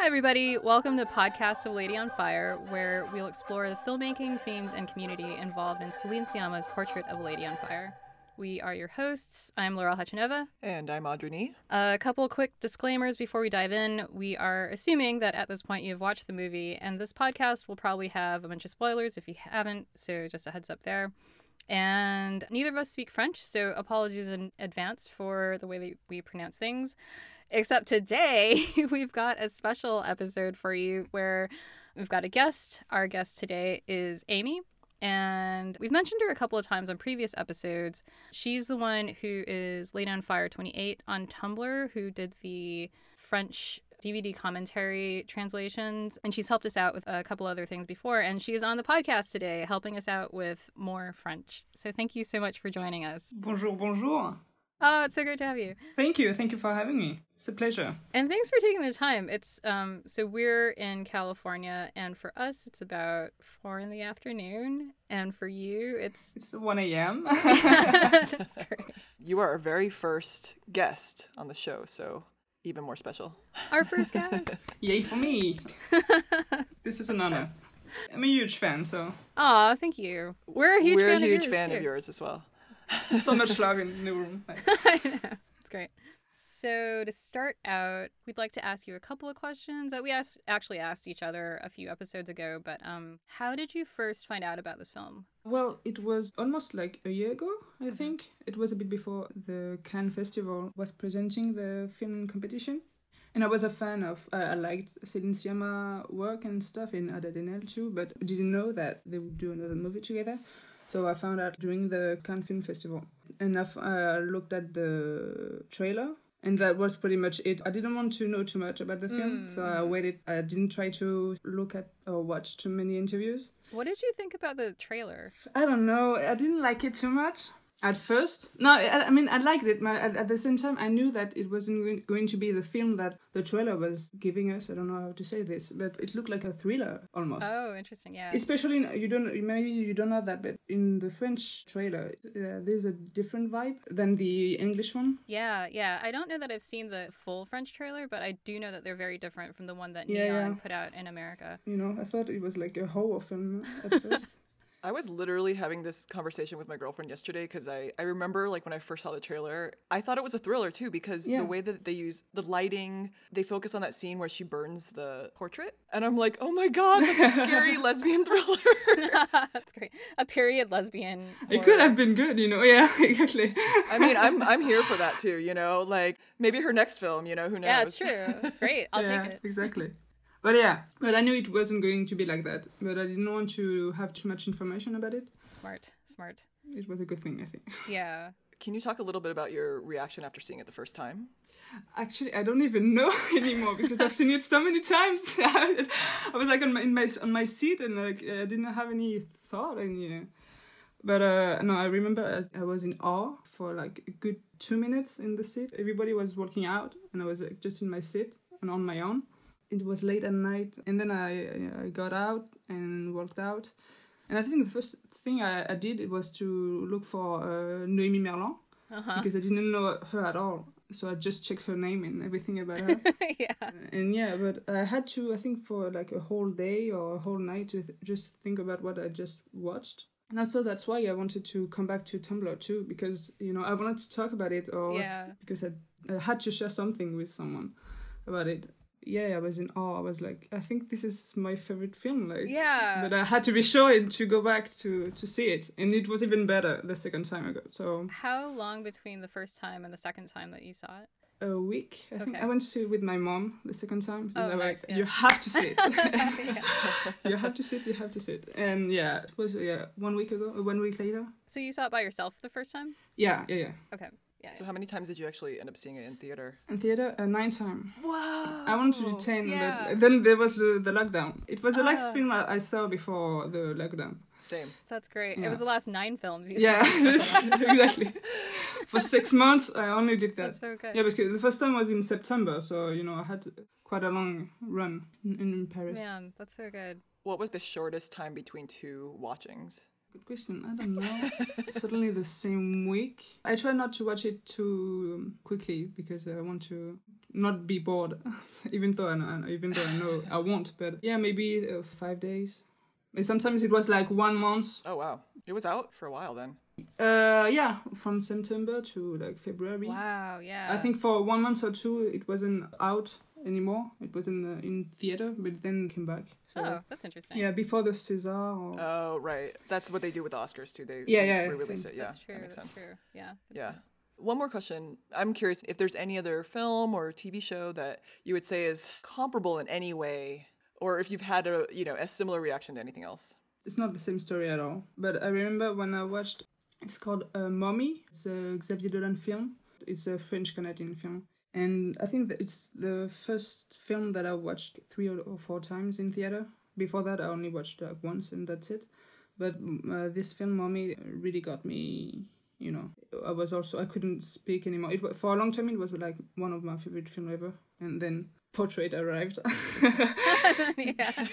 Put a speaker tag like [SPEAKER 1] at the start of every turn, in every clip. [SPEAKER 1] everybody. Welcome to Podcast of Lady on Fire, where we'll explore the filmmaking, themes, and community involved in Celine Siama's portrait of a lady on fire. We are your hosts. I'm Laurel Hachinova.
[SPEAKER 2] And I'm Audrey Nee.
[SPEAKER 1] A couple quick disclaimers before we dive in. We are assuming that at this point you've watched the movie, and this podcast will probably have a bunch of spoilers if you haven't, so just a heads up there. And neither of us speak French, so apologies in advance for the way that we pronounce things. Except today, we've got a special episode for you where we've got a guest. Our guest today is Amy, and we've mentioned her a couple of times on previous episodes. She's the one who is Laid on Fire 28 on Tumblr, who did the French DVD commentary translations, and she's helped us out with a couple other things before. And she is on the podcast today, helping us out with more French. So thank you so much for joining us.
[SPEAKER 3] Bonjour, bonjour.
[SPEAKER 1] Oh, it's so great to have you.
[SPEAKER 3] Thank you. Thank you for having me. It's a pleasure.
[SPEAKER 1] And thanks for taking the time. It's um so we're in California and for us it's about four in the afternoon and for you it's
[SPEAKER 3] It's 1 a.m.
[SPEAKER 1] That's great.
[SPEAKER 2] You are our very first guest on the show, so even more special.
[SPEAKER 1] Our first guest.
[SPEAKER 3] Yay for me. this is an honor. I'm a huge fan, so
[SPEAKER 1] Aw, thank you. We're a huge
[SPEAKER 2] We're a
[SPEAKER 1] fan of
[SPEAKER 2] huge
[SPEAKER 1] yours,
[SPEAKER 2] fan
[SPEAKER 1] too.
[SPEAKER 2] of yours as well.
[SPEAKER 3] so much love in the room. Like,
[SPEAKER 1] I know. It's great. So to start out, we'd like to ask you a couple of questions that we asked actually asked each other a few episodes ago, but um how did you first find out about this film?
[SPEAKER 3] Well, it was almost like a year ago, I think. It was a bit before the Cannes Festival was presenting the film competition. And I was a fan of, uh, I liked Celine Sciamma work and stuff in Ada Denel too, but I didn't know that they would do another movie together. So I found out during the Cannes Film Festival. And I f- uh, looked at the trailer, and that was pretty much it. I didn't want to know too much about the film, so I waited. I didn't try to look at or watch too many interviews.
[SPEAKER 1] What did you think about the trailer?
[SPEAKER 3] I don't know. I didn't like it too much at first. No, I, I mean I liked it, but at, at the same time I knew that it wasn't going- going to be the film that the trailer was giving us. I don't know how to say this, but it looked like a thriller almost.
[SPEAKER 1] Oh, interesting. Yeah.
[SPEAKER 3] Especially in, you don't maybe you don't know that, but in the French trailer, uh, there's a different vibe than the English one.
[SPEAKER 1] Yeah, yeah. I don't know that I've seen the full French trailer, but I do know that they're very different from the one that
[SPEAKER 3] Yeah,
[SPEAKER 1] Neon
[SPEAKER 3] yeah.
[SPEAKER 1] put out in America.
[SPEAKER 3] You know, I thought it was like a horror film at first.
[SPEAKER 2] I was literally having this conversation with my girlfriend yesterday because I, I remember like when I first saw the trailer, I thought it was a thriller too because
[SPEAKER 3] Yeah.
[SPEAKER 2] the way that they use the lighting, they focus on that scene where she burns the portrait. And I'm like, oh my God, like a scary lesbian thriller.
[SPEAKER 1] That's great. A period lesbian.
[SPEAKER 3] it could
[SPEAKER 1] horror.
[SPEAKER 3] have been good, you know. Yeah, exactly.
[SPEAKER 2] I mean, I'm, I'm here for that too, you know? Like maybe her next film, you know, who knows?
[SPEAKER 1] Yeah, it's true. Great. I'll
[SPEAKER 3] yeah,
[SPEAKER 1] take it.
[SPEAKER 3] Exactly. But yeah, but I knew it wasn't going to be like that. But I didn't want to have too much information about it.
[SPEAKER 1] Smart. Smart.
[SPEAKER 3] It was a good thing, I think.
[SPEAKER 1] Yeah.
[SPEAKER 2] Can you talk a little bit about your reaction after seeing it the first time?
[SPEAKER 3] Actually, I don't even know anymore because I've seen it so many times. I was like on my, in my on my seat and like I didn't have any thought any. uh, But uh, no, I remember I, I was in awe for like a good two minutes in the seat. Everybody was walking out, and I was like, just in my seat and on my own. It was late at night, and then I, I got out and walked out. And I think the first thing I, I did it was to look for uh, Noémie Merlan
[SPEAKER 1] Uh-huh.
[SPEAKER 3] because I didn't know her at all. So I just checked her name and everything about her. Uh,
[SPEAKER 1] yeah.
[SPEAKER 3] and yeah, but I had to, I think, for like a whole day or a whole night to th- just think about what I just watched. And also that's why I wanted to come back to Tumblr too, because, you know, I wanted to talk about it or s-
[SPEAKER 1] Yeah.
[SPEAKER 3] because I, I had to share something with someone about it. Yeah, I was in awe. I was like, I think this is my favorite film. Like,
[SPEAKER 1] Yeah.
[SPEAKER 3] But I had to be sure and to go back to to see it, and it was even better the second time I got. So
[SPEAKER 1] How long between the first time and the second time that you saw it?
[SPEAKER 3] a week. I think
[SPEAKER 1] Okay.
[SPEAKER 3] I went to see it with my mom the second time. So
[SPEAKER 1] Oh,
[SPEAKER 3] they were
[SPEAKER 1] nice,
[SPEAKER 3] like,
[SPEAKER 1] yeah.
[SPEAKER 3] You have to see it.
[SPEAKER 1] Yeah.
[SPEAKER 3] you have to see it. You have to see it. And yeah, it was yeah one week ago. uh, One week later.
[SPEAKER 1] So you saw it by yourself the first time?
[SPEAKER 3] Yeah, yeah, yeah.
[SPEAKER 1] Okay. Yeah.
[SPEAKER 2] So how many times did you actually end up seeing it in theater?
[SPEAKER 3] And theater uh, nine time.
[SPEAKER 2] Wow.
[SPEAKER 3] I wanted to do ten,
[SPEAKER 1] Oh, yeah.
[SPEAKER 3] but then there was the, the lockdown. It was the
[SPEAKER 1] Ah.
[SPEAKER 3] last film I, I saw before the lockdown.
[SPEAKER 2] Same.
[SPEAKER 1] That's great. It
[SPEAKER 3] Yeah.
[SPEAKER 1] was the last nine films you
[SPEAKER 3] Yeah,
[SPEAKER 1] saw.
[SPEAKER 3] exactly. For six months, I only did that.
[SPEAKER 1] That's so good.
[SPEAKER 3] Yeah, because the first time was in September, so you know I had quite a long run in, in Paris.
[SPEAKER 1] Man, that's so good.
[SPEAKER 2] What was the shortest time between two watchings?
[SPEAKER 3] Good question. I don't know. Suddenly the same week. I try not to watch it too um, quickly because I want to not be bored, even though I know, even though I know I won't. But yeah, maybe uh, five days. And Sometimes it was like one month.
[SPEAKER 2] Oh wow, it was out for a while then.
[SPEAKER 3] Uh, yeah, from September to like February.
[SPEAKER 1] Wow, yeah.
[SPEAKER 3] I think for one month or two it wasn't out anymore. It was in uh, in theater, but then came back. So
[SPEAKER 1] Oh, that's interesting.
[SPEAKER 3] yeah, before the César. Or...
[SPEAKER 2] Oh right, that's what they do with the Oscars too. They
[SPEAKER 3] Yeah, yeah,
[SPEAKER 2] re-release
[SPEAKER 3] same.
[SPEAKER 2] it. Yeah,
[SPEAKER 1] that's true.
[SPEAKER 2] that makes
[SPEAKER 1] that's
[SPEAKER 2] sense.
[SPEAKER 1] true. Yeah. good
[SPEAKER 2] Yeah.
[SPEAKER 1] point.
[SPEAKER 2] One more question. I'm curious if there's any other film or TV show that you would say is comparable in any way, or if you've had a you know a similar reaction to anything else.
[SPEAKER 3] It's not the same story at all. But I remember when I watched. It's called uh, Mommy. It's a Xavier Dolan film. It's a French Canadian film, and I think that it's the first film that I watched three or or four times in theater. Before that, I only watched like once, and that's it. But mm, uh, this film, Mommy, really got me. You know, I was also I couldn't speak anymore. It wa- for a long time it was like one of my favorite film ever, and then Portrait arrived,
[SPEAKER 1] yeah.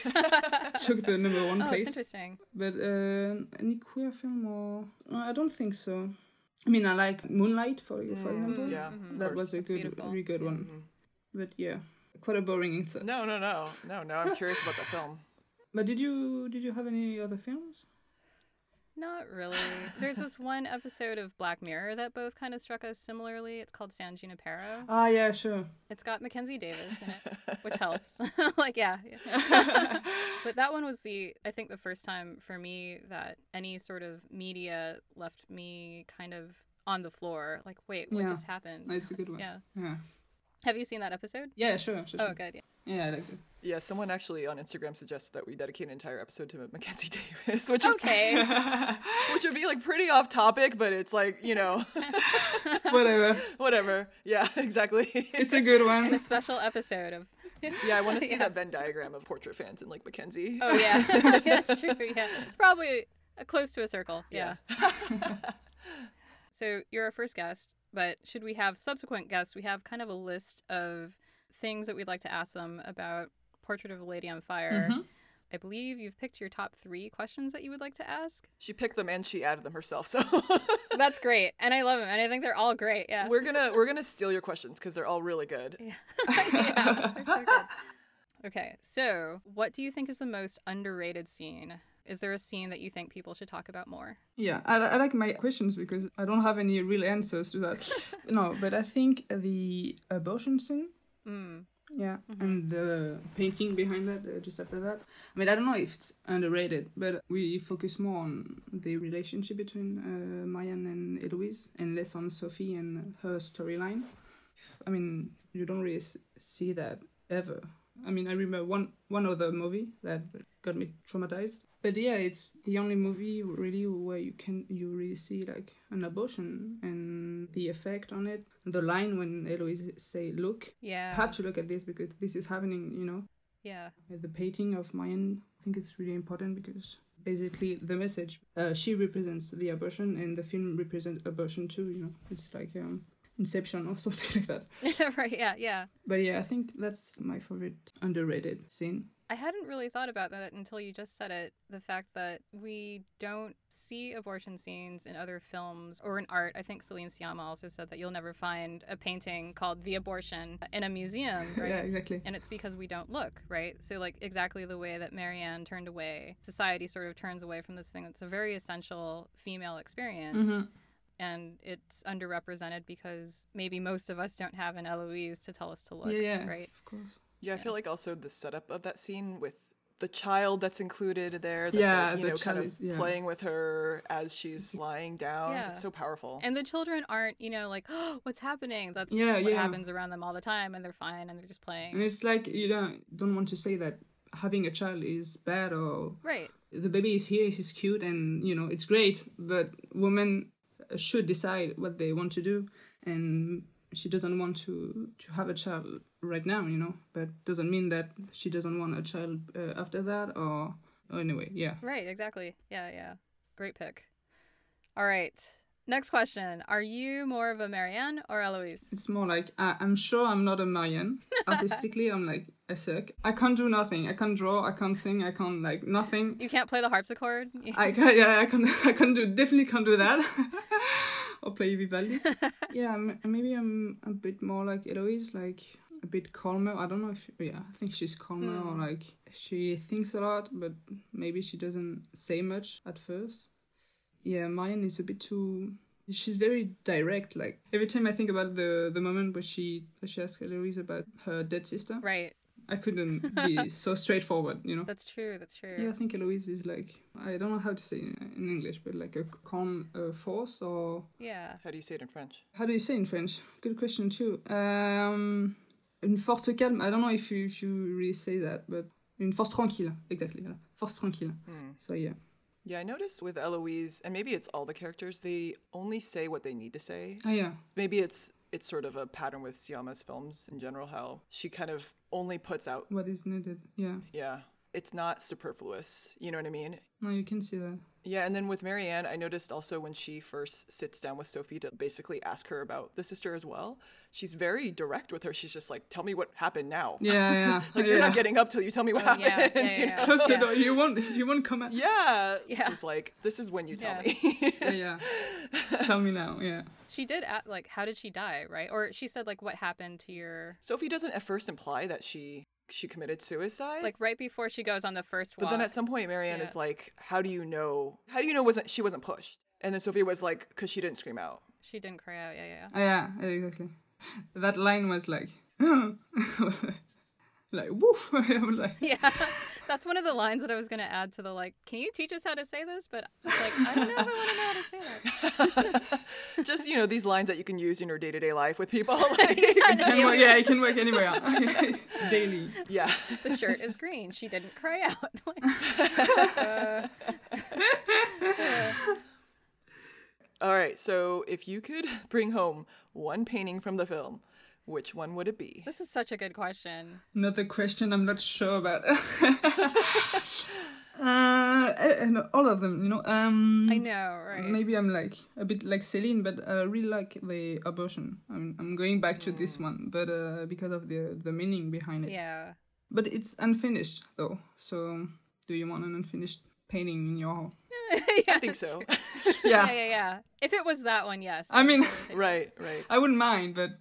[SPEAKER 3] took the number one
[SPEAKER 1] Oh, it's
[SPEAKER 3] place.
[SPEAKER 1] interesting.
[SPEAKER 3] But uh, any queer film or uh, I don't think so. I mean, I like Moonlight for for example.
[SPEAKER 2] Yeah, of
[SPEAKER 3] Mm-hmm. that
[SPEAKER 2] course.
[SPEAKER 3] was a
[SPEAKER 1] That's
[SPEAKER 3] good,
[SPEAKER 1] beautiful.
[SPEAKER 3] really good one.
[SPEAKER 2] Mhm.
[SPEAKER 3] But yeah, quite a boring answer.
[SPEAKER 2] No, no, no, no, no. I'm curious about that film.
[SPEAKER 3] But did you did you have any other films?
[SPEAKER 1] Not really. There's this one episode of Black Mirror that both kind of struck us similarly. It's called San Junipero.
[SPEAKER 3] Ah, yeah, sure.
[SPEAKER 1] It's got Mackenzie Davis in it, which helps. like, yeah. yeah. but that one was the, I think, the first time for me that any sort of media left me kind of on the floor. Like, wait, what
[SPEAKER 3] Yeah.
[SPEAKER 1] just happened?
[SPEAKER 3] That's a good one.
[SPEAKER 1] Yeah.
[SPEAKER 3] yeah,
[SPEAKER 1] Have you seen that episode?
[SPEAKER 3] Yeah, sure, sure.
[SPEAKER 1] Oh,
[SPEAKER 3] sure.
[SPEAKER 1] good. Yeah.
[SPEAKER 3] Yeah, I like it.
[SPEAKER 2] Yeah, someone actually on Instagram suggested that we dedicate an entire episode to Mackenzie Davis, which would-
[SPEAKER 1] Okay.
[SPEAKER 2] which would be like pretty off topic, but it's like you know
[SPEAKER 3] Whatever.
[SPEAKER 2] whatever. Yeah, exactly.
[SPEAKER 3] It's a good
[SPEAKER 1] and a
[SPEAKER 3] one.
[SPEAKER 1] special episode of.
[SPEAKER 2] yeah, I want to see
[SPEAKER 1] Yeah.
[SPEAKER 2] that Venn diagram of portrait fans and like Mackenzie.
[SPEAKER 1] Oh, yeah. yeah, that's true. Yeah. It's probably uh, close to a circle. yeah. So you're our first guest, but should we have subsequent guests? We have kind of a list of things that we'd like to ask them about Portrait of a Lady on Fire.
[SPEAKER 3] Mhm.
[SPEAKER 1] I believe you've picked your top three questions that you would like to ask.
[SPEAKER 2] she picked them and she added them herself. So
[SPEAKER 1] That's great, and I love them, and I think they're all great. Yeah,
[SPEAKER 2] we're gonna we're gonna steal your questions because they're all really good.
[SPEAKER 1] yeah they're so good. Okay, so what do you think is the most underrated scene? Is there a scene that you think people should talk about more?
[SPEAKER 3] Yeah, I, I like my questions because I don't have any real answers to that. no, but I think the abortion scene
[SPEAKER 1] Mm.
[SPEAKER 3] Yeah, and the painting behind that, uh, just after that. I mean, I don't know if it's underrated, but we focus more on the relationship between uh, Marianne and Eloise and less on Sophie and her storyline. I mean, you don't really s- see that ever. I mean, I remember one one other movie that got me traumatized. But yeah, it's the only movie really where you can you really see like an abortion and the effect on it. The line when Eloise say, "Look,"
[SPEAKER 1] Yeah,
[SPEAKER 3] have to look at this because this is happening, you know.
[SPEAKER 1] yeah,
[SPEAKER 3] The painting of Mayan, I think it's really important because basically the message, uh, she represents the abortion and the film represents abortion too, you know. It's like um, Inception or something like that.
[SPEAKER 1] right. Yeah, yeah.
[SPEAKER 3] But yeah, I think that's my favorite underrated scene.
[SPEAKER 1] I hadn't really thought about that until you just said it. The fact that we don't see abortion scenes in other films or in art. I think Celine Sciamma also said that you'll never find a painting called The Abortion in a museum, right?
[SPEAKER 3] Yeah, exactly.
[SPEAKER 1] And it's because we don't look, right? So, like, exactly the way that Marianne turned away, society sort of turns away from this thing that's a very essential female experience.
[SPEAKER 3] Mhm.
[SPEAKER 1] And it's underrepresented because maybe most of us don't have an Eloise to tell us to look,
[SPEAKER 3] yeah, yeah,
[SPEAKER 1] right?
[SPEAKER 3] of course.
[SPEAKER 2] Yeah, I feel like also the setup of that scene with the child that's included there, that's
[SPEAKER 3] Yeah,
[SPEAKER 2] like, you
[SPEAKER 3] the
[SPEAKER 2] know, kind
[SPEAKER 3] child
[SPEAKER 2] of
[SPEAKER 3] is- yeah.
[SPEAKER 2] playing with her as she's lying down.
[SPEAKER 1] Yeah.
[SPEAKER 2] It's so powerful.
[SPEAKER 1] And the children aren't, you know, like, oh, what's happening? That's
[SPEAKER 3] Yeah,
[SPEAKER 1] what
[SPEAKER 3] yeah.
[SPEAKER 1] happens around them all the time, and they're fine, and they're just playing.
[SPEAKER 3] And it's like you don't don't want to say that having a child is bad or
[SPEAKER 1] Right.
[SPEAKER 3] the baby is here, he's cute, and you know it's great. But women should decide what they want to do, and she doesn't want to to have a child right now, you know. But doesn't mean that she doesn't want a child uh, after that, or, or anyway, yeah.
[SPEAKER 1] Right. Exactly. Yeah. Yeah. Great pick. All right. Next question. Are you more of a Marianne or Eloise?
[SPEAKER 3] It's more like I, I'm sure I'm not a Marian. Artistically, I'm like I suck. I can't do nothing. I can't draw. I can't sing. I can't like nothing.
[SPEAKER 1] You can't play the harpsichord?
[SPEAKER 3] I can yeah, I can I can do definitely can't do that. or play Vivaldi. yeah, m- maybe I'm a bit more like Eloise. Like a bit calmer. I don't know if yeah, I think she's calmer or like she thinks a lot, but maybe she doesn't say much at first. Yeah, Marianne is a bit too. She's very direct. Like every time I think about the the moment where she she asks Eloise about her dead sister,
[SPEAKER 1] Right.
[SPEAKER 3] I couldn't be so straightforward. You know.
[SPEAKER 1] That's true. That's true.
[SPEAKER 3] Yeah, I think Eloise is like I don't know how to say it in English, but like a calm uh, force or
[SPEAKER 1] Yeah.
[SPEAKER 2] How do you say it in French?
[SPEAKER 3] how do you say in French? Good question too. Um, une force calme. I don't know if you if you really say that, but une force tranquille. Exactly. yeah. Force tranquille.
[SPEAKER 2] Hmm.
[SPEAKER 3] So yeah.
[SPEAKER 2] Yeah, I noticed with Eloise, and maybe it's all the characters, they only say what they need to say.
[SPEAKER 3] Ah yeah.
[SPEAKER 2] Maybe it's it's sort of a pattern with Siama's films in general, how she kind of only puts out
[SPEAKER 3] What is needed? Yeah.
[SPEAKER 2] yeah. It's not superfluous. You know what I mean?
[SPEAKER 3] No, you can see that.
[SPEAKER 2] Yeah, and then with Marianne, I noticed also when she first sits down with Sophie to basically ask her about the sister as well, she's very direct with her. She's just like, "Tell me what happened now.
[SPEAKER 3] Yeah, yeah.
[SPEAKER 2] like
[SPEAKER 3] yeah.
[SPEAKER 2] you're not getting up till you tell me what
[SPEAKER 1] Oh, yeah,
[SPEAKER 2] happened."
[SPEAKER 1] yeah,
[SPEAKER 2] you
[SPEAKER 1] yeah,
[SPEAKER 2] know?
[SPEAKER 3] Close the
[SPEAKER 1] Yeah.
[SPEAKER 3] door. You won't. You won't come out.
[SPEAKER 2] yeah,
[SPEAKER 1] Yeah.
[SPEAKER 2] Just like this is when you tell
[SPEAKER 1] Yeah.
[SPEAKER 2] me.
[SPEAKER 3] Yeah. yeah. Tell me now. Yeah.
[SPEAKER 1] She did at like how did she die, right? Or she said like what happened to your
[SPEAKER 2] Sophie doesn't at first imply that she she committed suicide.
[SPEAKER 1] like right before she goes on the first walk.
[SPEAKER 2] But then at some point, Marianne
[SPEAKER 1] Yeah.
[SPEAKER 2] is like, "How do you know? How do you know wasn't she wasn't pushed?" And then Sophie was like, "Cause she didn't scream out."
[SPEAKER 1] she didn't cry out. Yeah, yeah. yeah.
[SPEAKER 3] Ah, yeah. yeah, Exactly. That line was like, like woof. I was like,
[SPEAKER 1] Yeah, that's one of the lines that I was going to add to the like, can you teach us how to say this? But like, I don't know if I want to know how to say that.
[SPEAKER 2] Just you know these lines that you can use in your day to day life with people.
[SPEAKER 1] Yeah,
[SPEAKER 2] Like,
[SPEAKER 1] no,
[SPEAKER 3] can
[SPEAKER 1] yeah.
[SPEAKER 3] work, yeah, it can work anywhere. Daily.
[SPEAKER 2] yeah.
[SPEAKER 1] The shirt is green. She didn't cry out. Like, uh,
[SPEAKER 2] All right, so if you could bring home one painting from the film, which one would it be?
[SPEAKER 1] this is such a good question.
[SPEAKER 3] Another question I'm not sure about. uh, and all of them, you know. Um,
[SPEAKER 1] I know, right?
[SPEAKER 3] Maybe I'm like a bit like Celine, but I really like the abortion. I'm, I'm going back to this one, but uh, because of the the meaning behind it.
[SPEAKER 1] Mm. Yeah.
[SPEAKER 3] But it's unfinished though. So do you want an unfinished painting in your hall?
[SPEAKER 1] yeah.
[SPEAKER 2] I think so.
[SPEAKER 1] Yeah, yeah, yeah. If it was that one, yes.
[SPEAKER 3] I mean,
[SPEAKER 2] right, right.
[SPEAKER 3] I wouldn't mind, but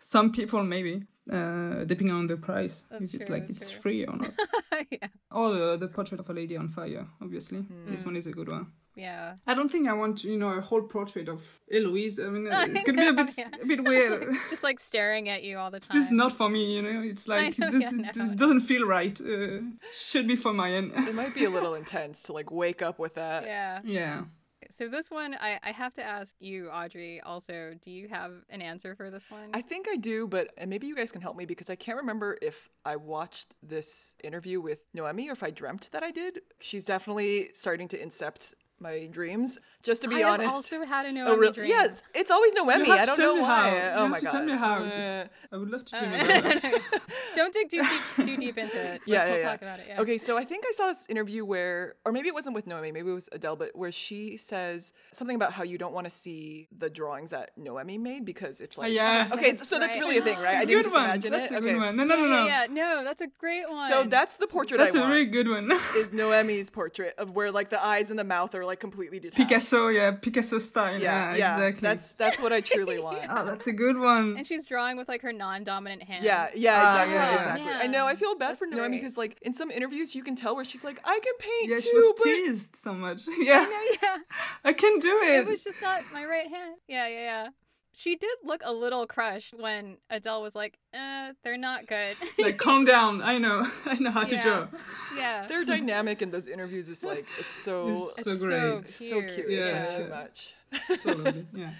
[SPEAKER 3] some people maybe, uh, depending on the price,
[SPEAKER 1] That's
[SPEAKER 3] if it's
[SPEAKER 1] true,
[SPEAKER 3] like
[SPEAKER 1] that's
[SPEAKER 3] it's
[SPEAKER 1] true.
[SPEAKER 3] free or not.
[SPEAKER 1] yeah.
[SPEAKER 3] Oh, the, the portrait of a lady on fire, obviously.
[SPEAKER 1] Hmm.
[SPEAKER 3] This one is a good one.
[SPEAKER 1] Yeah.
[SPEAKER 3] I don't think I want, you know, a whole portrait of Eloise. I mean,
[SPEAKER 1] I
[SPEAKER 3] it's gonna be a bit,
[SPEAKER 1] know, yeah.
[SPEAKER 3] a bit weird.
[SPEAKER 1] Just like staring at you all the time.
[SPEAKER 3] This is not for me, you know. It's like
[SPEAKER 1] know,
[SPEAKER 3] this
[SPEAKER 1] yeah,
[SPEAKER 3] is-
[SPEAKER 1] no.
[SPEAKER 3] it doesn't feel right. Uh, should be for my end.
[SPEAKER 2] It might be a little intense to like wake up with that.
[SPEAKER 1] Yeah.
[SPEAKER 3] yeah.
[SPEAKER 1] So this one, I, I have to ask you, Audrey. Also, do you have an answer for this one?
[SPEAKER 2] I think I do, but and maybe you guys can help me because I can't remember if I watched this interview with Noemi or if I dreamt that I did. She's definitely starting to incept my dreams. Just to be
[SPEAKER 1] I have
[SPEAKER 2] honest.
[SPEAKER 1] also had a no
[SPEAKER 2] Oh,
[SPEAKER 1] oh,
[SPEAKER 2] really?
[SPEAKER 1] dream.
[SPEAKER 2] Yes, it's always Noemi.
[SPEAKER 3] You have
[SPEAKER 2] I
[SPEAKER 3] to
[SPEAKER 2] don't
[SPEAKER 3] tell
[SPEAKER 2] know
[SPEAKER 3] me
[SPEAKER 2] why.
[SPEAKER 3] how. You
[SPEAKER 2] Oh
[SPEAKER 3] have
[SPEAKER 2] my
[SPEAKER 3] to
[SPEAKER 2] god.
[SPEAKER 3] tell me how.
[SPEAKER 2] Uh,
[SPEAKER 3] I would love to dream about that.
[SPEAKER 1] Don't dig too deep, too deep into it.
[SPEAKER 2] yeah,
[SPEAKER 1] we'll
[SPEAKER 2] yeah, yeah.
[SPEAKER 1] talk about it. Yeah.
[SPEAKER 2] Okay, so I think I saw this interview where, or maybe it wasn't with Noemi, maybe it was Adele, but where she says something about how you don't want to see the drawings that Noemi made because it's like,
[SPEAKER 3] Uh, yeah.
[SPEAKER 2] okay, so that's
[SPEAKER 1] Right.
[SPEAKER 2] really a thing, right? I didn't
[SPEAKER 3] good
[SPEAKER 2] just
[SPEAKER 3] one.
[SPEAKER 2] imagine
[SPEAKER 3] That's
[SPEAKER 2] it.
[SPEAKER 3] a
[SPEAKER 2] okay,
[SPEAKER 3] good one. No, no, no,
[SPEAKER 1] Yeah,
[SPEAKER 3] no.
[SPEAKER 1] yeah, no, that's a great one.
[SPEAKER 2] so that's the portrait
[SPEAKER 3] That's
[SPEAKER 2] I
[SPEAKER 3] a
[SPEAKER 2] want.
[SPEAKER 3] really good one.
[SPEAKER 2] Is Noemi's portrait of where like the eyes and the mouth are like completely detached.
[SPEAKER 3] Picasso, yeah, Picasso style.
[SPEAKER 2] Yeah,
[SPEAKER 3] Yeah,
[SPEAKER 2] yeah,
[SPEAKER 3] exactly.
[SPEAKER 2] That's that's what I truly want.
[SPEAKER 3] oh, that's a good one.
[SPEAKER 1] and she's drawing with like her non-dominant hand.
[SPEAKER 2] Yeah, yeah,
[SPEAKER 3] Ah,
[SPEAKER 2] exactly,
[SPEAKER 3] yeah, yeah.
[SPEAKER 2] exactly. I know.
[SPEAKER 1] Man,
[SPEAKER 2] I feel bad
[SPEAKER 1] that's
[SPEAKER 2] for Noemi
[SPEAKER 1] great.
[SPEAKER 2] because, like, in some interviews, you can tell where she's like, "I can paint
[SPEAKER 3] yeah,
[SPEAKER 2] too,"
[SPEAKER 3] she was
[SPEAKER 2] but
[SPEAKER 3] teased so much. Yeah,
[SPEAKER 1] No, yeah.
[SPEAKER 3] I can do it.
[SPEAKER 1] It was just not my right hand. Yeah, yeah, yeah. She did look a little crushed when Adele was like, uh, they're not good.
[SPEAKER 3] like, calm down. I know. I know how to
[SPEAKER 1] Yeah.
[SPEAKER 3] draw.
[SPEAKER 1] yeah.
[SPEAKER 2] their dynamic in those interviews is like, it's so,
[SPEAKER 3] It's
[SPEAKER 2] it's
[SPEAKER 3] so
[SPEAKER 1] It's
[SPEAKER 3] great.
[SPEAKER 2] so cute. It's like
[SPEAKER 3] Yeah.
[SPEAKER 2] too much.
[SPEAKER 3] So lovely. Yeah.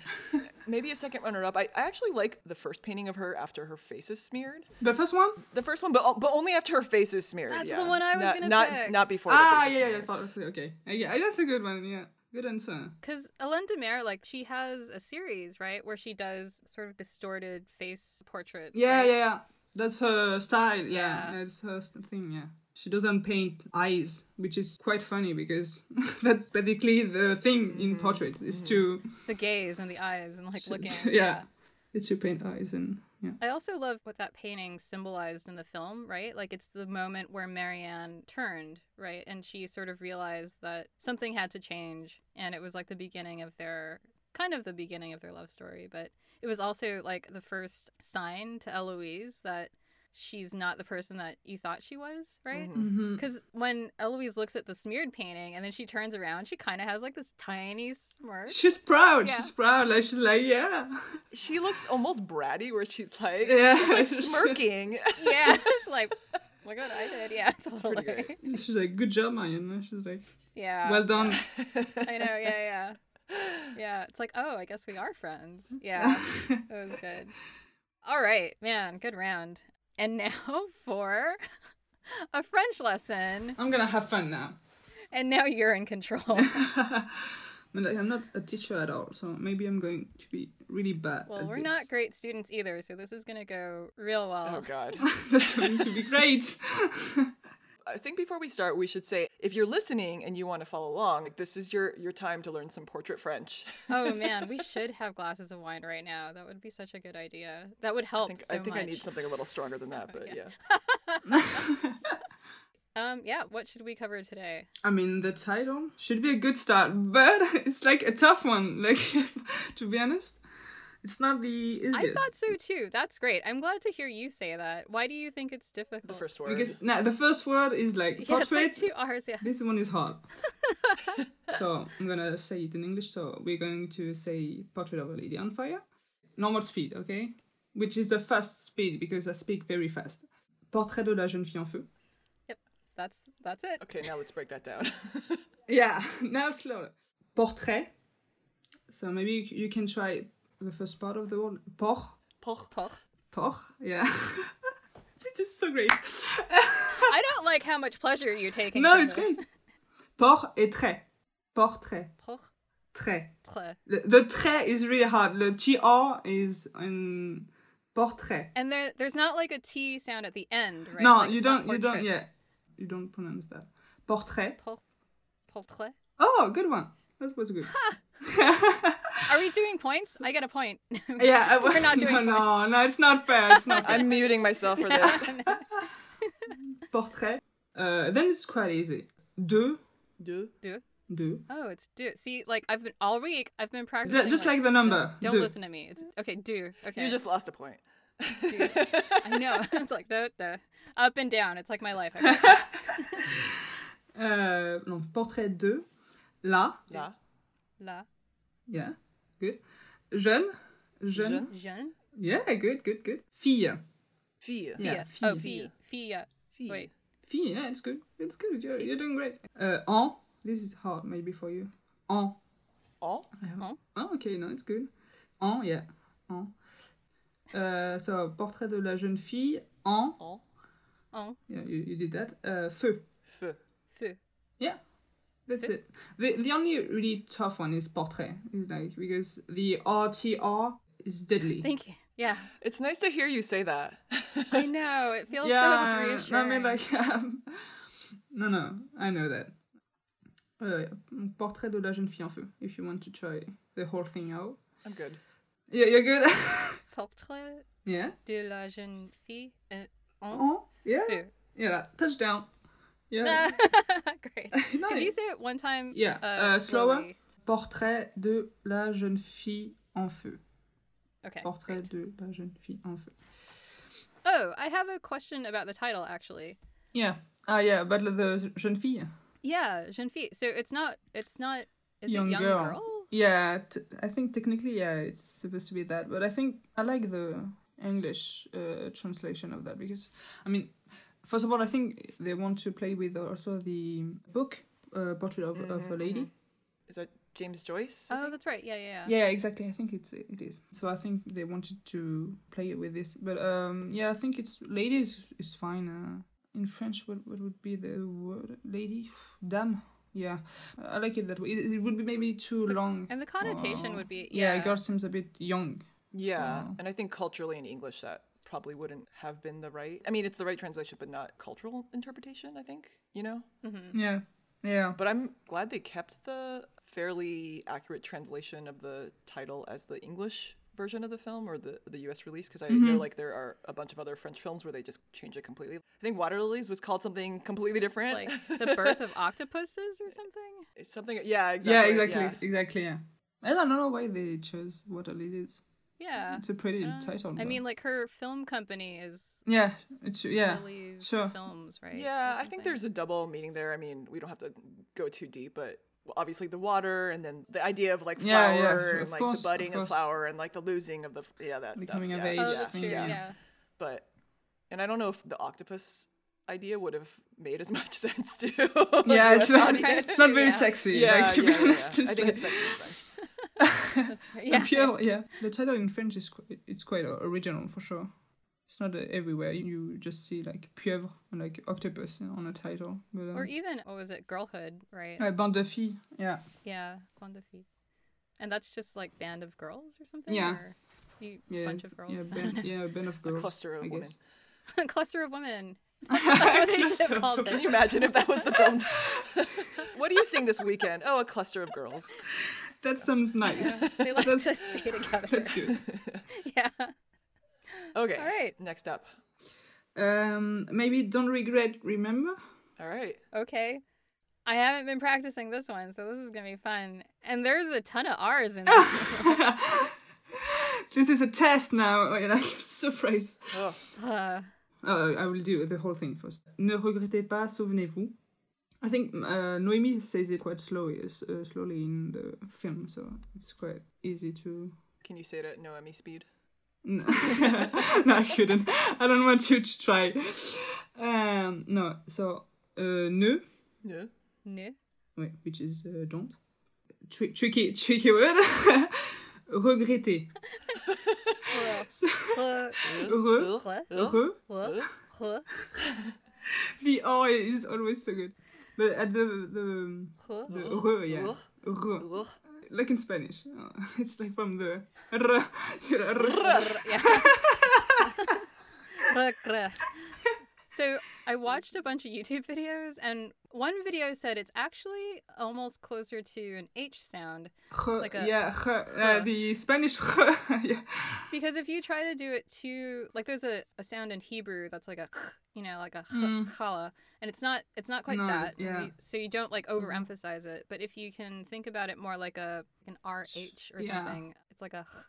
[SPEAKER 2] Maybe a second runner-up. I, I actually like the first painting of her after her face is smeared.
[SPEAKER 3] The first one?
[SPEAKER 2] The first one, but but only after her face is smeared.
[SPEAKER 1] That's
[SPEAKER 2] yeah.
[SPEAKER 1] the one I was
[SPEAKER 2] not,
[SPEAKER 1] gonna
[SPEAKER 2] not,
[SPEAKER 1] pick.
[SPEAKER 2] Not before.
[SPEAKER 3] ah,
[SPEAKER 2] the face is
[SPEAKER 3] yeah, yeah,
[SPEAKER 2] smeared.
[SPEAKER 3] thought- okay. Uh, Yeah, that's a good one. Yeah, good answer.
[SPEAKER 1] Because Alain Demare, like, she has a series, right, where she does sort of distorted face portraits.
[SPEAKER 3] Yeah,
[SPEAKER 1] right?
[SPEAKER 3] yeah, yeah. That's her style. Yeah,
[SPEAKER 1] Yeah.
[SPEAKER 3] that's her st- thing. Yeah. She doesn't paint eyes, which is quite funny because that's basically the thing in portrait is to
[SPEAKER 1] The gaze and the eyes and, like, looking.
[SPEAKER 3] yeah. it's to paint eyes and yeah.
[SPEAKER 1] I also love what that painting symbolized in the film, right? Like it's the moment where Marianne turned, right? And she sort of realized that something had to change and it was like the beginning of their kind of the beginning of their love story, but it was also like the first sign to Eloise that she's not the person that you thought she was, right?
[SPEAKER 2] Mhm.
[SPEAKER 3] Mm-hmm.
[SPEAKER 1] Because when Eloise looks at the smeared painting and then she turns around, she kind of has like this tiny smirk.
[SPEAKER 3] She's proud.
[SPEAKER 1] Yeah.
[SPEAKER 3] She's proud. Like she's like, yeah,
[SPEAKER 2] She looks almost bratty, where she's like,
[SPEAKER 3] Yeah.
[SPEAKER 2] she's like smirking.
[SPEAKER 1] yeah, she's like, oh my god, I did. Yeah,
[SPEAKER 2] pretty
[SPEAKER 1] totally.
[SPEAKER 3] she's like, good job, Marion. She's like,
[SPEAKER 1] Yeah.
[SPEAKER 3] well done.
[SPEAKER 1] I know. Yeah, yeah, yeah. It's like, oh, I guess we are friends. Yeah, that was good. All right, man, good round. And now for a French lesson.
[SPEAKER 3] I'm gonna have fun now.
[SPEAKER 1] And now you're in control.
[SPEAKER 3] But, like, I'm not a teacher at all, so maybe I'm going to be really bad.
[SPEAKER 1] Well,
[SPEAKER 3] at
[SPEAKER 1] we're
[SPEAKER 3] this.
[SPEAKER 1] not great students either, so this is gonna go real well.
[SPEAKER 2] Oh God.
[SPEAKER 3] That's going to be great.
[SPEAKER 2] I think before we start, we should say if you're listening and you want to follow along, like, this is your your time to learn some portrait French.
[SPEAKER 1] oh man, we should have glasses of wine right now. That would be such a good idea. That would help
[SPEAKER 2] I think,
[SPEAKER 1] so
[SPEAKER 2] I, think
[SPEAKER 1] much. Oh,
[SPEAKER 2] I need something a little stronger than that, but
[SPEAKER 1] yeah.
[SPEAKER 2] yeah.
[SPEAKER 1] Um, yeah. What should we cover today?
[SPEAKER 3] I mean, the title should be a good start, but it's like a tough one. Like, to be honest, it's not the easiest.
[SPEAKER 1] I thought so too. That's great. I'm glad to hear you say that. Why do you think it's difficult?
[SPEAKER 2] The first word.
[SPEAKER 3] because now the first word is like
[SPEAKER 1] yeah, it's like
[SPEAKER 3] portrait.
[SPEAKER 1] two R's. Yeah.
[SPEAKER 3] This one is hard. so I'm gonna say it in English. So we're going to say portrait of a lady on fire. Normal speed, okay? Which is a fast speed because I speak very fast. Portrait de la jeune fille en feu.
[SPEAKER 1] Yep. That's that's it.
[SPEAKER 3] Uh,
[SPEAKER 2] okay, now let's break that down.
[SPEAKER 3] Yeah, now slower. Portrait. So maybe you, you can try the first part of the word. Por.
[SPEAKER 2] Poch.
[SPEAKER 1] Poch.
[SPEAKER 3] Por. Yeah. this is so great.
[SPEAKER 1] I don't like how much pleasure you're taking.
[SPEAKER 3] No,
[SPEAKER 1] from
[SPEAKER 3] it's
[SPEAKER 1] this.
[SPEAKER 3] great. Por et trait. Portrait.
[SPEAKER 1] Poch.
[SPEAKER 3] Trait.
[SPEAKER 1] tre.
[SPEAKER 3] Le, the trait is really hard. Le tr is in portrait.
[SPEAKER 1] And there, there's not like a T sound at the end, right?
[SPEAKER 3] No,
[SPEAKER 1] Like,
[SPEAKER 3] you
[SPEAKER 1] it's not
[SPEAKER 3] don't. You don't.
[SPEAKER 1] portrait.
[SPEAKER 3] Yeah, you don't pronounce that. Portrait.
[SPEAKER 1] Por- portrait.
[SPEAKER 3] Oh, good one. That was good.
[SPEAKER 1] Are we doing points? I get a point.
[SPEAKER 3] yeah, I-
[SPEAKER 1] We're not doing
[SPEAKER 3] No, no, no. It's not fair. It's not fair.
[SPEAKER 2] I'm muting myself for this.
[SPEAKER 3] portrait. Uh, then it's quite easy. Deux.
[SPEAKER 2] Deux.
[SPEAKER 1] Deux.
[SPEAKER 3] Deux.
[SPEAKER 1] Oh, it's do. See, like I've been all week. I've been practicing.
[SPEAKER 3] Ju- just like the number.
[SPEAKER 1] Don't,
[SPEAKER 3] deux.
[SPEAKER 1] don't listen to me. It's okay. Do. Okay.
[SPEAKER 2] You just lost a point.
[SPEAKER 1] I know. it's like da, da. up and down. It's like my life. Okay.
[SPEAKER 3] Euh, non, portrait deux. La.
[SPEAKER 2] La.
[SPEAKER 1] La
[SPEAKER 3] Yeah, good. Jeune. Jeune.
[SPEAKER 2] Jeune.
[SPEAKER 1] jeune
[SPEAKER 3] Yeah, good, good, good. Fille.
[SPEAKER 2] Fille.
[SPEAKER 3] Yeah,
[SPEAKER 1] fille.
[SPEAKER 3] fille.
[SPEAKER 1] Oh, fille. Fille.
[SPEAKER 2] Fille.
[SPEAKER 1] Wait.
[SPEAKER 3] Fille, yeah, it's good. It's good. You're, you're doing great. Uh, en. This is hard maybe for you. En.
[SPEAKER 2] En.
[SPEAKER 1] En.
[SPEAKER 3] Oh, okay, no, it's good. En, yeah. En. Uh, so, portrait de la jeune fille. En.
[SPEAKER 2] En.
[SPEAKER 1] En.
[SPEAKER 3] Yeah, you, you did that. Uh, feu.
[SPEAKER 2] Feu.
[SPEAKER 1] Feu.
[SPEAKER 3] That's
[SPEAKER 1] Feu.
[SPEAKER 3] it. The, the only really tough one is portrait. Is like, because the RTR is deadly.
[SPEAKER 1] Thank you. Yeah.
[SPEAKER 2] It's nice to hear you say that.
[SPEAKER 1] I know. It feels so reassuring.
[SPEAKER 3] I mean, like, um, no, no, I know that. Uh, portrait de la jeune fille en feu, if you want to try the whole thing out.
[SPEAKER 2] I'm good.
[SPEAKER 3] Yeah, you're good.
[SPEAKER 1] Portrait
[SPEAKER 3] yeah.
[SPEAKER 1] de la jeune fille en. en
[SPEAKER 3] Oh, yeah.
[SPEAKER 1] feu.
[SPEAKER 3] Yeah, that- touchdown. Yeah.
[SPEAKER 1] Great.
[SPEAKER 3] No,
[SPEAKER 1] Could you say it one time?
[SPEAKER 3] Yeah,
[SPEAKER 1] Uh,
[SPEAKER 3] uh, slower.
[SPEAKER 1] slowly?
[SPEAKER 3] Portrait de la jeune fille en feu.
[SPEAKER 1] Okay.
[SPEAKER 3] Portrait
[SPEAKER 1] great.
[SPEAKER 3] de la jeune fille en feu.
[SPEAKER 1] Oh, I have a question about the title actually.
[SPEAKER 3] Yeah. Ah, yeah, but the jeune fille.
[SPEAKER 1] Yeah, jeune fille. So it's not. It's not. Is
[SPEAKER 3] Young
[SPEAKER 1] it young
[SPEAKER 3] girl.
[SPEAKER 1] girl?
[SPEAKER 3] Yeah, t- I think technically, yeah, it's supposed to be that, but I think I like the English uh, translation of that because, I mean, first of all, I think they want to play with also the book uh, portrait of, of a lady.
[SPEAKER 2] Is that James Joyce? I
[SPEAKER 1] Oh,
[SPEAKER 2] think?
[SPEAKER 1] that's right. Yeah, yeah, yeah.
[SPEAKER 3] Yeah, exactly. I think it's it is. So I think they wanted to play it with this, but um, yeah, I think it's ladies is fine. Uh, in French, what what would be the word? Lady, dame. Yeah, I like it that way. It, it would be maybe too long.
[SPEAKER 1] And the connotation
[SPEAKER 3] Wow.
[SPEAKER 1] would be
[SPEAKER 3] yeah,
[SPEAKER 1] yeah.
[SPEAKER 3] girl seems a bit young.
[SPEAKER 2] Yeah.
[SPEAKER 3] Wow.
[SPEAKER 2] And I think culturally in English that probably wouldn't have been the right. I mean, it's the right translation, but not cultural interpretation, I think, you know?
[SPEAKER 3] Yeah, yeah,
[SPEAKER 2] But I'm glad they kept the fairly accurate translation of the title as the English version of the film or the, the US release because I know like there are a bunch of other French films where they just change it completely. I think Water Lilies was called something completely different.
[SPEAKER 1] like the birth of octopuses or something.
[SPEAKER 2] it's something yeah,
[SPEAKER 3] yeah,
[SPEAKER 2] exactly.
[SPEAKER 3] exactly, exactly. Yeah, and I don't know why they chose water lilies.
[SPEAKER 1] Yeah.
[SPEAKER 3] It's a pretty
[SPEAKER 1] Uh,
[SPEAKER 3] title.
[SPEAKER 1] I
[SPEAKER 3] though.
[SPEAKER 1] mean, like her film company is
[SPEAKER 3] yeah, it's yeah.
[SPEAKER 1] Ellie's
[SPEAKER 3] sure.
[SPEAKER 1] films, right?
[SPEAKER 2] Yeah, I think there's a double meaning there. I mean, we don't have to go too deep, but obviously the water and then the idea of like
[SPEAKER 3] Yeah,
[SPEAKER 2] flower
[SPEAKER 3] yeah, of
[SPEAKER 2] and like
[SPEAKER 3] course, of
[SPEAKER 2] the budding of,
[SPEAKER 3] course.
[SPEAKER 2] flower and like the losing of the yeah that
[SPEAKER 3] The
[SPEAKER 2] stuff.
[SPEAKER 3] coming of
[SPEAKER 2] yeah,
[SPEAKER 3] age
[SPEAKER 1] Oh,
[SPEAKER 2] yeah,
[SPEAKER 1] that's
[SPEAKER 3] thing,
[SPEAKER 1] true. Yeah.
[SPEAKER 3] yeah.
[SPEAKER 2] But and I don't know if the octopus idea would have made as much sense to
[SPEAKER 3] yeah,
[SPEAKER 2] US
[SPEAKER 3] it's not,
[SPEAKER 2] audience.
[SPEAKER 3] it's not very
[SPEAKER 1] Yeah.
[SPEAKER 3] sexy.
[SPEAKER 2] yeah,
[SPEAKER 3] like, to
[SPEAKER 2] yeah,
[SPEAKER 3] be
[SPEAKER 2] yeah, yeah.
[SPEAKER 3] honest,
[SPEAKER 2] I
[SPEAKER 3] it's
[SPEAKER 2] think
[SPEAKER 3] like,
[SPEAKER 2] it's sexy in French.
[SPEAKER 1] That's right.
[SPEAKER 3] yeah.
[SPEAKER 1] Yeah.
[SPEAKER 3] yeah. The title in French is quite, it's quite o- original for sure. It's not uh, everywhere. You just see like pieuvre and like octopus on a title. But, um,
[SPEAKER 1] Or e-, even what was it? Girlhood, right?
[SPEAKER 3] uh, bande de filles. Yeah.
[SPEAKER 1] Yeah, Bande de filles. And that's just like band of girls or something.
[SPEAKER 3] Yeah.
[SPEAKER 1] Or you,
[SPEAKER 3] Yeah.
[SPEAKER 1] bunch of girls.
[SPEAKER 3] Yeah, band, yeah, band of
[SPEAKER 2] A
[SPEAKER 3] girls.
[SPEAKER 2] cluster of
[SPEAKER 3] I
[SPEAKER 2] women.
[SPEAKER 3] guess.
[SPEAKER 1] Cluster of women. That's what they should have called
[SPEAKER 2] Can
[SPEAKER 1] it.
[SPEAKER 2] you imagine if that was the film? what are you seeing this weekend? Oh, a cluster of girls.
[SPEAKER 3] That sounds nice.
[SPEAKER 1] They like to
[SPEAKER 3] That's-
[SPEAKER 1] stay together.
[SPEAKER 3] That's good.
[SPEAKER 1] Yeah.
[SPEAKER 2] Okay.
[SPEAKER 1] All right.
[SPEAKER 2] Next up.
[SPEAKER 3] Um, maybe don't regret, remember.
[SPEAKER 2] All right.
[SPEAKER 1] Okay. I haven't been practicing this one, so this is gonna be fun. And there's a ton of R's in there.
[SPEAKER 3] This is a test now. Like surprise.
[SPEAKER 2] Oh,
[SPEAKER 1] Uh,
[SPEAKER 3] Uh, I will do the whole thing first. Ne regrettez pas, souvenez-vous. I think uh, Noemi says it quite slowly, uh, slowly in the film, so it's quite easy to.
[SPEAKER 2] can you say it at Noemi speed?
[SPEAKER 3] No, No, I couldn't. I don't want you to try. Um, no, so uh, ne,
[SPEAKER 2] No.
[SPEAKER 1] no.
[SPEAKER 3] wait, which is uh, don't. Tri- tricky, tricky word. Regretter.
[SPEAKER 1] Uh,
[SPEAKER 3] Heureux.
[SPEAKER 1] uh,
[SPEAKER 3] Heureux.
[SPEAKER 1] uh, uh,
[SPEAKER 3] The R is always so good. But at the the,
[SPEAKER 1] uh.
[SPEAKER 3] the heureux, yeah. Heureux. like in Spanish. Uh, It's like from the r, you know, r-
[SPEAKER 1] Yeah. Ruh, ruh. so I watched a bunch of YouTube videos, and one video said it's actually almost closer to an H sound
[SPEAKER 3] r-
[SPEAKER 1] Like a-
[SPEAKER 3] yeah, r- uh,
[SPEAKER 1] huh.
[SPEAKER 3] the Spanish r- yeah.
[SPEAKER 1] because if you try to do it too, like there's a, a sound in Hebrew that's like a kh, you know like a kh-
[SPEAKER 3] Mm.
[SPEAKER 1] chala, and it's not it's not quite
[SPEAKER 3] No,
[SPEAKER 1] that. and
[SPEAKER 3] yeah. Mm-hmm.
[SPEAKER 1] you- so you don't like overemphasize it, but if you can think about it more like a an R H or
[SPEAKER 3] Yeah.
[SPEAKER 1] something, it's like a kh.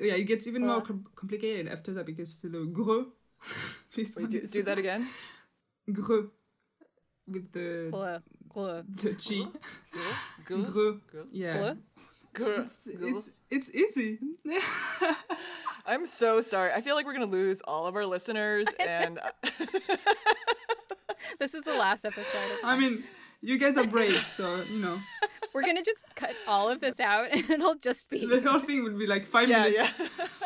[SPEAKER 3] yeah, it gets even more
[SPEAKER 1] Uh.
[SPEAKER 3] com- complicated after that because the gre. Please
[SPEAKER 2] Wait, do, do that again.
[SPEAKER 3] Gre with the
[SPEAKER 1] gluh, gluh,
[SPEAKER 3] the g
[SPEAKER 2] Gr-
[SPEAKER 3] gre.
[SPEAKER 2] gr-
[SPEAKER 3] Yeah,
[SPEAKER 1] gluh.
[SPEAKER 2] gr-
[SPEAKER 3] it's,
[SPEAKER 2] gr-
[SPEAKER 3] it's it's easy.
[SPEAKER 2] I'm so sorry. I feel like we're gonna lose all of our listeners, and
[SPEAKER 1] This is the last episode. it's
[SPEAKER 3] I mean, you guys are brave, so you know
[SPEAKER 1] We're gonna just cut all of this out, and it'll just be
[SPEAKER 3] the whole thing would be like five
[SPEAKER 2] yeah,
[SPEAKER 3] minutes.
[SPEAKER 2] yeah.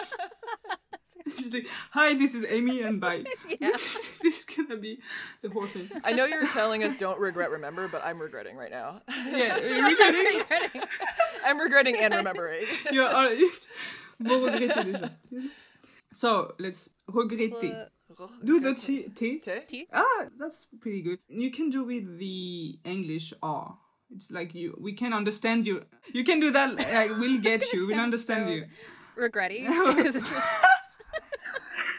[SPEAKER 3] It's like, Hi, this is Amy, and bye.
[SPEAKER 1] Yeah.
[SPEAKER 3] This, is- this is gonna be the whole thing.
[SPEAKER 2] I know you're telling us don't regret, remember, but I'm regretting right now.
[SPEAKER 3] Yeah, regretting.
[SPEAKER 2] I'm regretting and remembering.
[SPEAKER 3] You're all Vous regrettez déjà. So, let's regretter. Do the T. T.
[SPEAKER 2] Te?
[SPEAKER 3] Ah, that's pretty good. You can do with the English R. It's like you. We can understand you. You can do that. Like, we'll get you. We'll
[SPEAKER 1] sound
[SPEAKER 3] understand
[SPEAKER 1] so-
[SPEAKER 3] you.
[SPEAKER 1] regretting.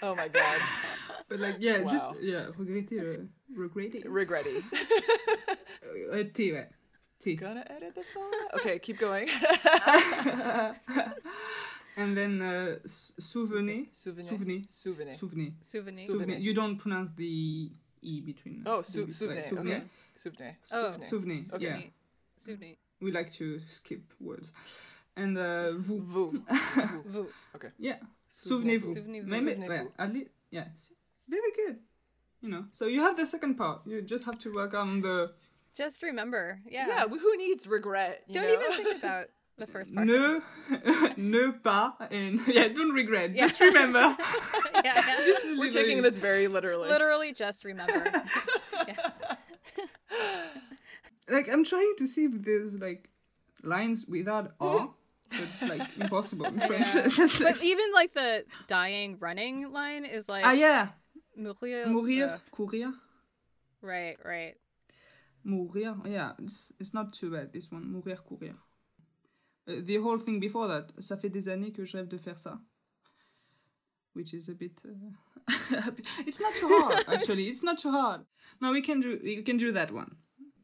[SPEAKER 2] Oh my god,
[SPEAKER 3] But like, yeah, just
[SPEAKER 2] Wow.
[SPEAKER 3] yeah, regretter. uh, Regretter.
[SPEAKER 2] regretty.
[SPEAKER 3] Uh, T. Right. T.
[SPEAKER 2] Gonna edit this all. out? Okay, keep going.
[SPEAKER 3] And then uh, s- souvenir.
[SPEAKER 2] Souvenir.
[SPEAKER 3] Souvenir.
[SPEAKER 2] Souvenir.
[SPEAKER 3] Souvenir.
[SPEAKER 1] souvenir.
[SPEAKER 2] Souvenir.
[SPEAKER 3] Souvenir. You don't pronounce the e between.
[SPEAKER 2] Oh,
[SPEAKER 3] the-
[SPEAKER 2] sou-
[SPEAKER 3] like,
[SPEAKER 2] souvenir. Okay.
[SPEAKER 3] souvenir.
[SPEAKER 2] Souvenir.
[SPEAKER 1] Oh.
[SPEAKER 2] Souvenir.
[SPEAKER 3] Souvenir. Yeah,
[SPEAKER 1] Souvenir. Souvenir.
[SPEAKER 3] we like to skip words. And uh, vous.
[SPEAKER 2] Vous.
[SPEAKER 1] Vous.
[SPEAKER 3] Yeah.
[SPEAKER 2] Souvenez-vous.
[SPEAKER 3] Souvenez-vous.
[SPEAKER 1] Souvenez-vous.
[SPEAKER 3] Même-
[SPEAKER 2] Souvenez-vous.
[SPEAKER 3] ouais, at least- yeah. see? Very good. You know. So you have the second part. You just have to work on the
[SPEAKER 1] Just remember. Yeah.
[SPEAKER 2] Yeah. yeah, who needs regret? you
[SPEAKER 1] Don't
[SPEAKER 2] know?
[SPEAKER 1] even think about the first part.
[SPEAKER 3] ne, ne pas, and yeah, don't regret.
[SPEAKER 1] Yeah.
[SPEAKER 3] Just remember.
[SPEAKER 1] Yeah, yeah.
[SPEAKER 2] We're taking this very literally.
[SPEAKER 1] Literally, just remember.
[SPEAKER 3] like I'm trying to see if there's like lines without
[SPEAKER 2] Hmm?
[SPEAKER 3] R, but it's like impossible in French.
[SPEAKER 1] Yeah.
[SPEAKER 3] It's like-
[SPEAKER 1] but even like the dying running line is like
[SPEAKER 3] ah yeah,
[SPEAKER 1] mourir.
[SPEAKER 3] mourir,
[SPEAKER 1] uh,
[SPEAKER 3] courir,
[SPEAKER 1] right, right.
[SPEAKER 3] mourir. Yeah, it's it's not too bad this one. Mourir, courir. Uh, the whole thing before that, ça fait des années que je rêve de faire ça. Which is a bit. Uh, it's not too hard actually. It's not too hard. No, we can do we can do that one.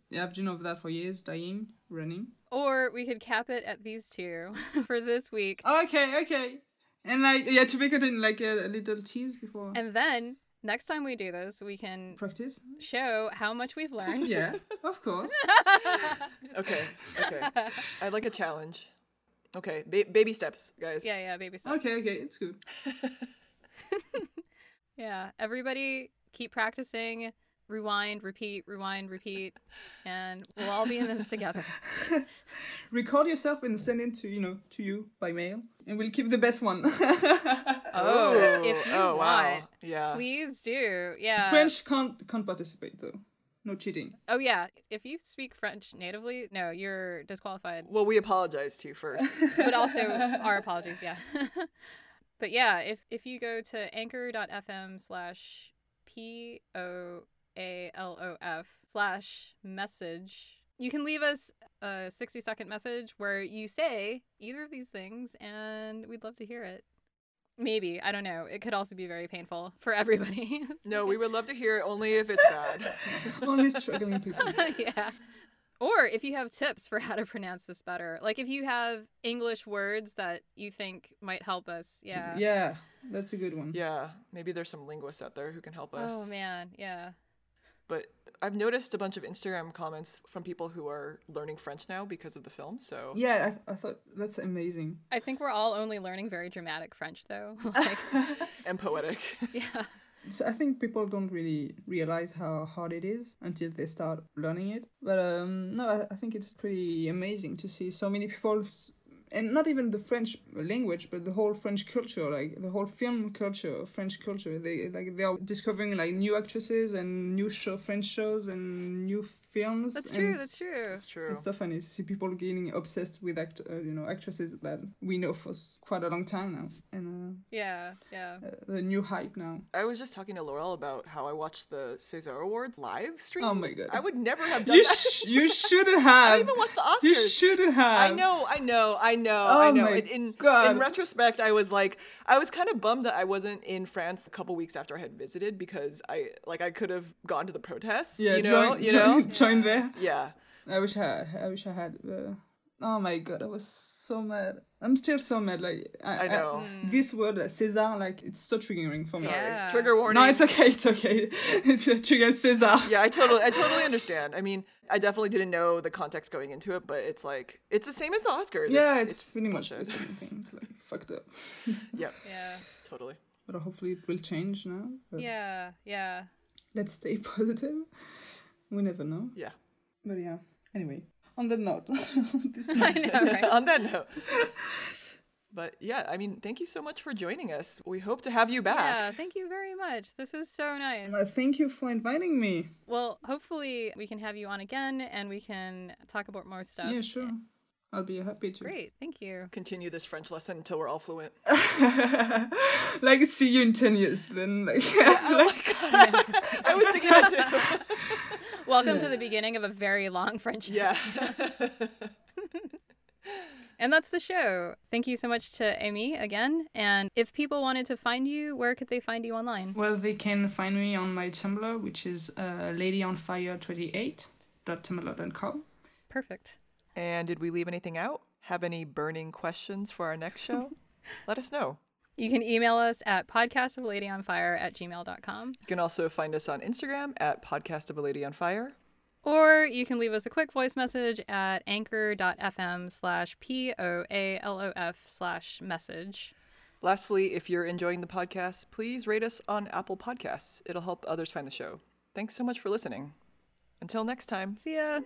[SPEAKER 3] Yeah, I've been over that for years. Dying, running. Oh.
[SPEAKER 1] Or we could cap it at these two for this week.
[SPEAKER 3] Okay, okay. And like yeah, to make it in like a, a little cheese before
[SPEAKER 1] And then next time we do this, we can
[SPEAKER 3] practice.
[SPEAKER 1] show how much we've learned.
[SPEAKER 3] Yeah, of course.
[SPEAKER 1] Just-
[SPEAKER 2] Okay, okay. I'd like a challenge. Okay, ba- baby steps, guys.
[SPEAKER 1] Yeah, yeah, baby steps.
[SPEAKER 3] okay, okay, it's good.
[SPEAKER 1] Yeah, everybody keep practicing. Rewind, repeat, rewind, repeat, and we'll all be in this together.
[SPEAKER 3] Record yourself and send it to you know to you by mail, and we'll keep the best one.
[SPEAKER 1] Oh, if you
[SPEAKER 2] oh, wow.
[SPEAKER 1] want,
[SPEAKER 2] Yeah.
[SPEAKER 1] please do. Yeah.
[SPEAKER 3] French can't can't participate though. No cheating.
[SPEAKER 1] Oh yeah, if you speak French natively, no, you're disqualified.
[SPEAKER 2] Well, we apologize to you first.
[SPEAKER 1] But also our apologies, yeah. but yeah, if if you go to anchor.fm slash p o a l o f slash message, you can leave us a 60 second message where you say either of these things and we'd love to hear it. Maybe, I don't know. It could also be very painful for everybody.
[SPEAKER 2] no, we would love to hear it only if it's bad.
[SPEAKER 3] Only struggling people.
[SPEAKER 1] yeah. Or if you have tips for how to pronounce this better, like if you have English words that you think might help us, yeah.
[SPEAKER 3] Yeah, that's a good one.
[SPEAKER 2] yeah, maybe there's some linguists out there who can help us.
[SPEAKER 1] Oh man, yeah.
[SPEAKER 2] But I've noticed a bunch of Instagram comments from people who are learning French now because of the film. So
[SPEAKER 3] Yeah, I, I thought that's amazing.
[SPEAKER 1] I think we're all only learning very dramatic French though. Like,
[SPEAKER 2] and poetic.
[SPEAKER 1] yeah.
[SPEAKER 3] So I think people don't really realize how hard it is until they start learning it. But um, no, I, I think it's pretty amazing to see so many people, s- and not even the French language, but the whole French culture, like the whole film culture, French culture. They like they are discovering like new actresses and new show French shows and new films.
[SPEAKER 1] That's
[SPEAKER 3] and
[SPEAKER 1] true,
[SPEAKER 3] s-
[SPEAKER 1] that's true.
[SPEAKER 2] That's true.
[SPEAKER 3] It's so funny to see people getting obsessed with act, uh, you know, actresses that we know for s- quite a long time now, and
[SPEAKER 1] Yeah, yeah.
[SPEAKER 3] uh, uh, the new hype now.
[SPEAKER 2] I was just talking to Laurel about how I watched the Cesar Awards live stream.
[SPEAKER 3] Oh my God.
[SPEAKER 2] I would never have done
[SPEAKER 3] You,
[SPEAKER 2] that.
[SPEAKER 3] sh- you shouldn't have.
[SPEAKER 2] I even watched the Oscars.
[SPEAKER 3] You shouldn't have.
[SPEAKER 2] I know, I know, I know,
[SPEAKER 3] Oh
[SPEAKER 2] I know.
[SPEAKER 3] my
[SPEAKER 2] In, in,
[SPEAKER 3] God.
[SPEAKER 2] in retrospect, I was like, I was kind of bummed that I wasn't in France a couple weeks after I had visited because I, like, I could have gone to the protests.
[SPEAKER 3] Yeah,
[SPEAKER 2] you know,
[SPEAKER 3] join,
[SPEAKER 2] you
[SPEAKER 3] join-
[SPEAKER 2] know.
[SPEAKER 3] join there.
[SPEAKER 2] yeah,
[SPEAKER 3] I wish I, I wish I had. Uh, oh my god, I was so mad. I'm still so mad. Like I,
[SPEAKER 2] I know.
[SPEAKER 3] this word like, César, like it's so triggering for me.
[SPEAKER 2] Sorry.
[SPEAKER 1] Yeah.
[SPEAKER 2] Trigger warning.
[SPEAKER 3] No, it's okay. It's okay. It's a trigger César.
[SPEAKER 2] yeah, I totally, I totally understand. I mean, I definitely didn't know the context going into it, but it's like, it's the same as the Oscars.
[SPEAKER 3] Yeah, it's, pretty much the
[SPEAKER 2] bullshit.
[SPEAKER 3] same thing. It's like fucked up.
[SPEAKER 2] yeah,
[SPEAKER 1] Yeah.
[SPEAKER 2] totally.
[SPEAKER 3] But uh, hopefully it will change now. But
[SPEAKER 1] Yeah, yeah.
[SPEAKER 3] Let's stay positive. We never know.
[SPEAKER 2] Yeah.
[SPEAKER 3] But yeah. Anyway, on that note, this
[SPEAKER 1] I
[SPEAKER 3] note,
[SPEAKER 1] know, right?
[SPEAKER 2] On that note. But yeah, I mean, thank you so much for joining us. We hope to have you back.
[SPEAKER 1] Yeah, thank you very much. This was so nice.
[SPEAKER 3] uh, thank you for inviting me.
[SPEAKER 1] Well, hopefully we can have you on again and we can talk about more stuff.
[SPEAKER 3] Yeah, sure. I'll be happy to.
[SPEAKER 1] Great. Thank you.
[SPEAKER 2] Continue this French lesson until we're all fluent.
[SPEAKER 3] like, see you in 10 years then. Like,
[SPEAKER 2] I was thinking that too.
[SPEAKER 1] Welcome to the beginning of a very long friendship.
[SPEAKER 2] Yeah.
[SPEAKER 1] And that's the show. Thank you so much to Amy again. And if people wanted to find you, where could they find you online?
[SPEAKER 3] well, they can find me on my Tumblr, which is uh, ladyonfire28.tumblr.com.
[SPEAKER 1] Perfect.
[SPEAKER 2] and did we leave anything out? Have any burning questions for our next show? Let us know.
[SPEAKER 1] You can email us at podcastofladyonfire at gmail.com.
[SPEAKER 2] You can also find us on Instagram at Podcast of a Lady on Fire.
[SPEAKER 1] Or you can leave us a quick voice message at anchor.fm slash P O A L O F slash message.
[SPEAKER 2] Lastly, if you're enjoying the podcast, please rate us on Apple Podcasts. It'll help others find the show. Thanks so much for listening. Until next time.
[SPEAKER 1] See ya.